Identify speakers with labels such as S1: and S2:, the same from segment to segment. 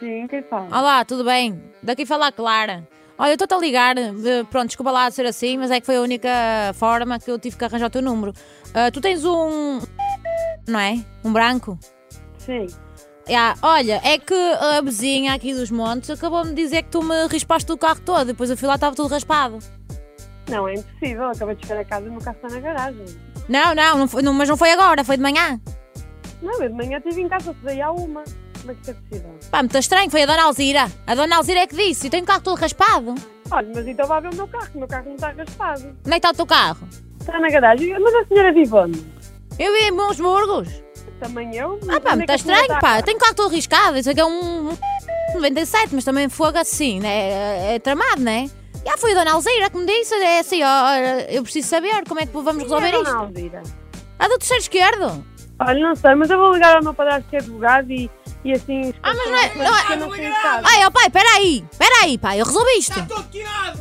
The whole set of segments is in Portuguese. S1: Sim, quem fala?
S2: Olá, tudo bem? Daqui fala a Clara. Olha, eu estou-te a ligar, de- pronto, desculpa lá de ser assim, mas é que foi a única forma que eu tive que arranjar o teu número. Ah, tu tens um. não é? Um branco?
S1: Sim.
S2: Ya, olha, é que a vizinha aqui dos montes acabou-me de dizer que tu me rispaste o carro todo, depois eu fui lá estava tudo raspado.
S1: Não, é impossível. Eu Acabei de chegar a casa e o meu carro está na garagem.
S2: Não, não, não foi- não- mas não foi agora, foi de manhã.
S1: Não, eu de manhã estive em casa, daí à uma. Como é que isso é possível?
S2: Pá, muito estranho, foi a Dona Alzira. A Dona Alzira é que disse, eu tenho o carro todo raspado. Onde
S1: Olha, mas então vá ver o meu carro, que o meu carro não está raspado.
S2: é que está o teu carro?
S1: Está na garagem. Mas a senhora vive onde?
S2: Eu vi uns burgos.
S1: Também eu?
S2: Ah
S1: Onde
S2: pá,
S1: é
S2: muito
S1: que a senhora
S2: estranho,
S1: está?
S2: pá. Eu tenho o carro todo riscado, isso aqui é um, um 97, mas também fogo assim, né? É, é tramado, né? Já foi a Dona Alzira que me disse, é assim, ó, ó, eu preciso saber como é que vamos
S1: Quem é
S2: resolver
S1: a dona
S2: isto.
S1: Alzira?
S2: A do terceiro esquerdo.
S1: Olha, não sei, mas eu vou ligar ao meu padrasto que é advogado e, e assim...
S2: Ah, mas não é- não é-
S1: porque eu não sei de casa.
S2: Ai, ó pai, peraí, peraí, pai, eu resolvi isto.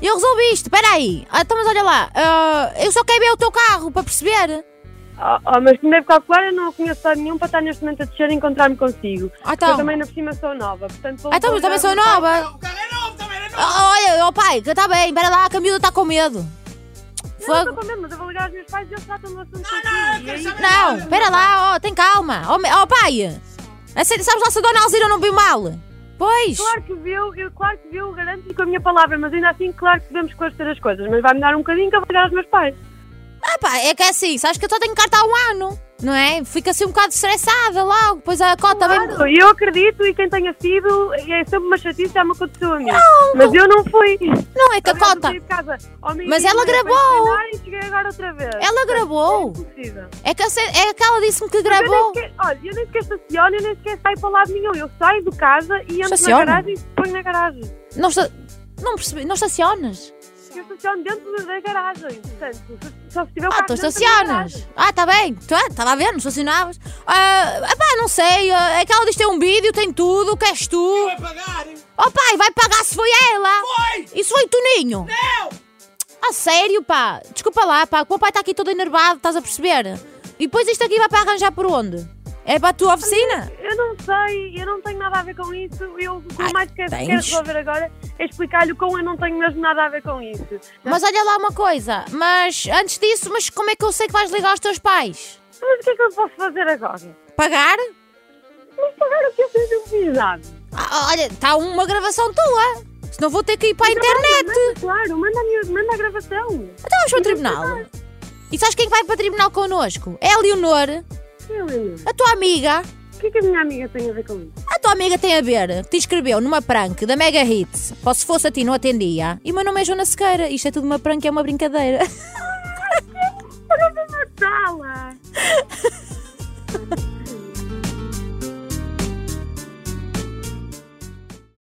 S2: Eu resolvi isto, peraí. Ah, então, mas olha lá, ah, eu só quero ver o teu carro para perceber.
S1: Oh, oh, mas como deve calcular, eu não conheço lado nenhum para estar neste momento a descer e encontrar-me consigo. Porque
S2: Ah,
S1: Eu
S2: então.
S1: também, na por cima, sou nova, portanto... vou-
S2: Ah, então,
S1: vou
S2: mas também
S1: ligar
S2: sou
S1: ao meu pai.
S2: nova. Ah, Olha, ó pai, que está bem, pera lá, que a miúda está com medo.
S1: Não, eu
S2: Fogo.
S1: estou com medo, mas eu vou ligar aos meus pais e eles tratam do assunto
S3: não, eu
S1: aqui.
S3: quero saber-
S2: Não, espera lá, ó, tem calma. Ó me- ó, pai, a sério, sabes lá se a Dona Alzira não viu mal? Pois,
S1: Claro que viu, eu claro que viu, garanto-lhe com a minha palavra, mas ainda assim, claro que devemos esclarecer as coisas, mas vai-me dar um bocadinho que eu vou ligar aos meus pais.
S2: ah pá, é que é assim, sabes que eu só tenho carta há um ano, não é? Fico assim um bocado estressada logo, pois a cota vem...
S1: Claro, eu acredito e quem tenha sido, é sempre uma chatice, já me aconteceu a mim. mas eu não fui.
S2: Não, é que a
S1: Aliás, eu
S2: cota,
S1: saí de casa ao meio-dia
S2: Mas ela
S1: e meia para
S2: gravou.
S1: treinar E cheguei agora outra vez.
S2: ela gravou.
S1: É impossível.
S2: É que, eu sei- é que ela disse-me que
S1: Mas eu nem
S2: gravou.
S1: sequer- Olha, eu nem sequer estaciono, eu nem sequer saio para lado nenhum. Eu saio de casa e entro
S2: Estaciona?
S1: na garagem e ponho na garagem.
S2: Não, esta- não percebi, não estacionas?
S1: Eu estaciono dentro da garagem. Portanto, se- só se tiver o
S2: Ah,
S1: carro
S2: tu
S1: dentro da minha
S2: estacionas.
S1: garagem.
S2: Ah, tá bem. Tu- ah, Estava a ver, não estacionavas. Ah, pá, não sei. ah, É que ela diz que tem um vídeo, tem tudo, queres tu.
S3: Vai pagar? hein?
S2: Oh pai, vai pagar se foi ela.
S3: Oi!
S2: Isso foi o Toninho.
S3: Eu!
S2: Ah, sério, pá. Desculpa lá, pá. que O meu pai está aqui todo enervado, estás a perceber? E depois isto aqui vai para arranjar por onde? É para a tua oficina?
S1: Eu não sei, eu não tenho nada a ver com isso. Eu, o que
S2: Ai,
S1: mais quero, quero
S2: tens?
S1: resolver agora é explicar-lhe como eu não tenho mesmo nada a ver com isso.
S2: Mas olha lá uma coisa. Mas antes disso, mas como é que eu sei que vais ligar aos teus pais?
S1: Mas o que é que eu posso fazer agora?
S2: Pagar?
S1: Mas pagar o que eu fiz, eu fiz nada.
S2: Ah, olha, está uma gravação tua. Senão vou ter que ir para a internet.
S1: Manda, claro, manda a, minha- manda a gravação.
S2: Então vamos para o tribunal. E sabes quem é vai para o tribunal connosco? É a Leonor,
S1: Sim, Helena,
S2: a tua amiga.
S1: O que é que a minha amiga tem a ver com isso?
S2: A tua amiga tem a ver, que te inscreveu numa prank da Mega Hits. Ou se fosse a ti, não atendia. E o meu nome é Joana Sequeira. Isto é tudo uma prank, é uma brincadeira.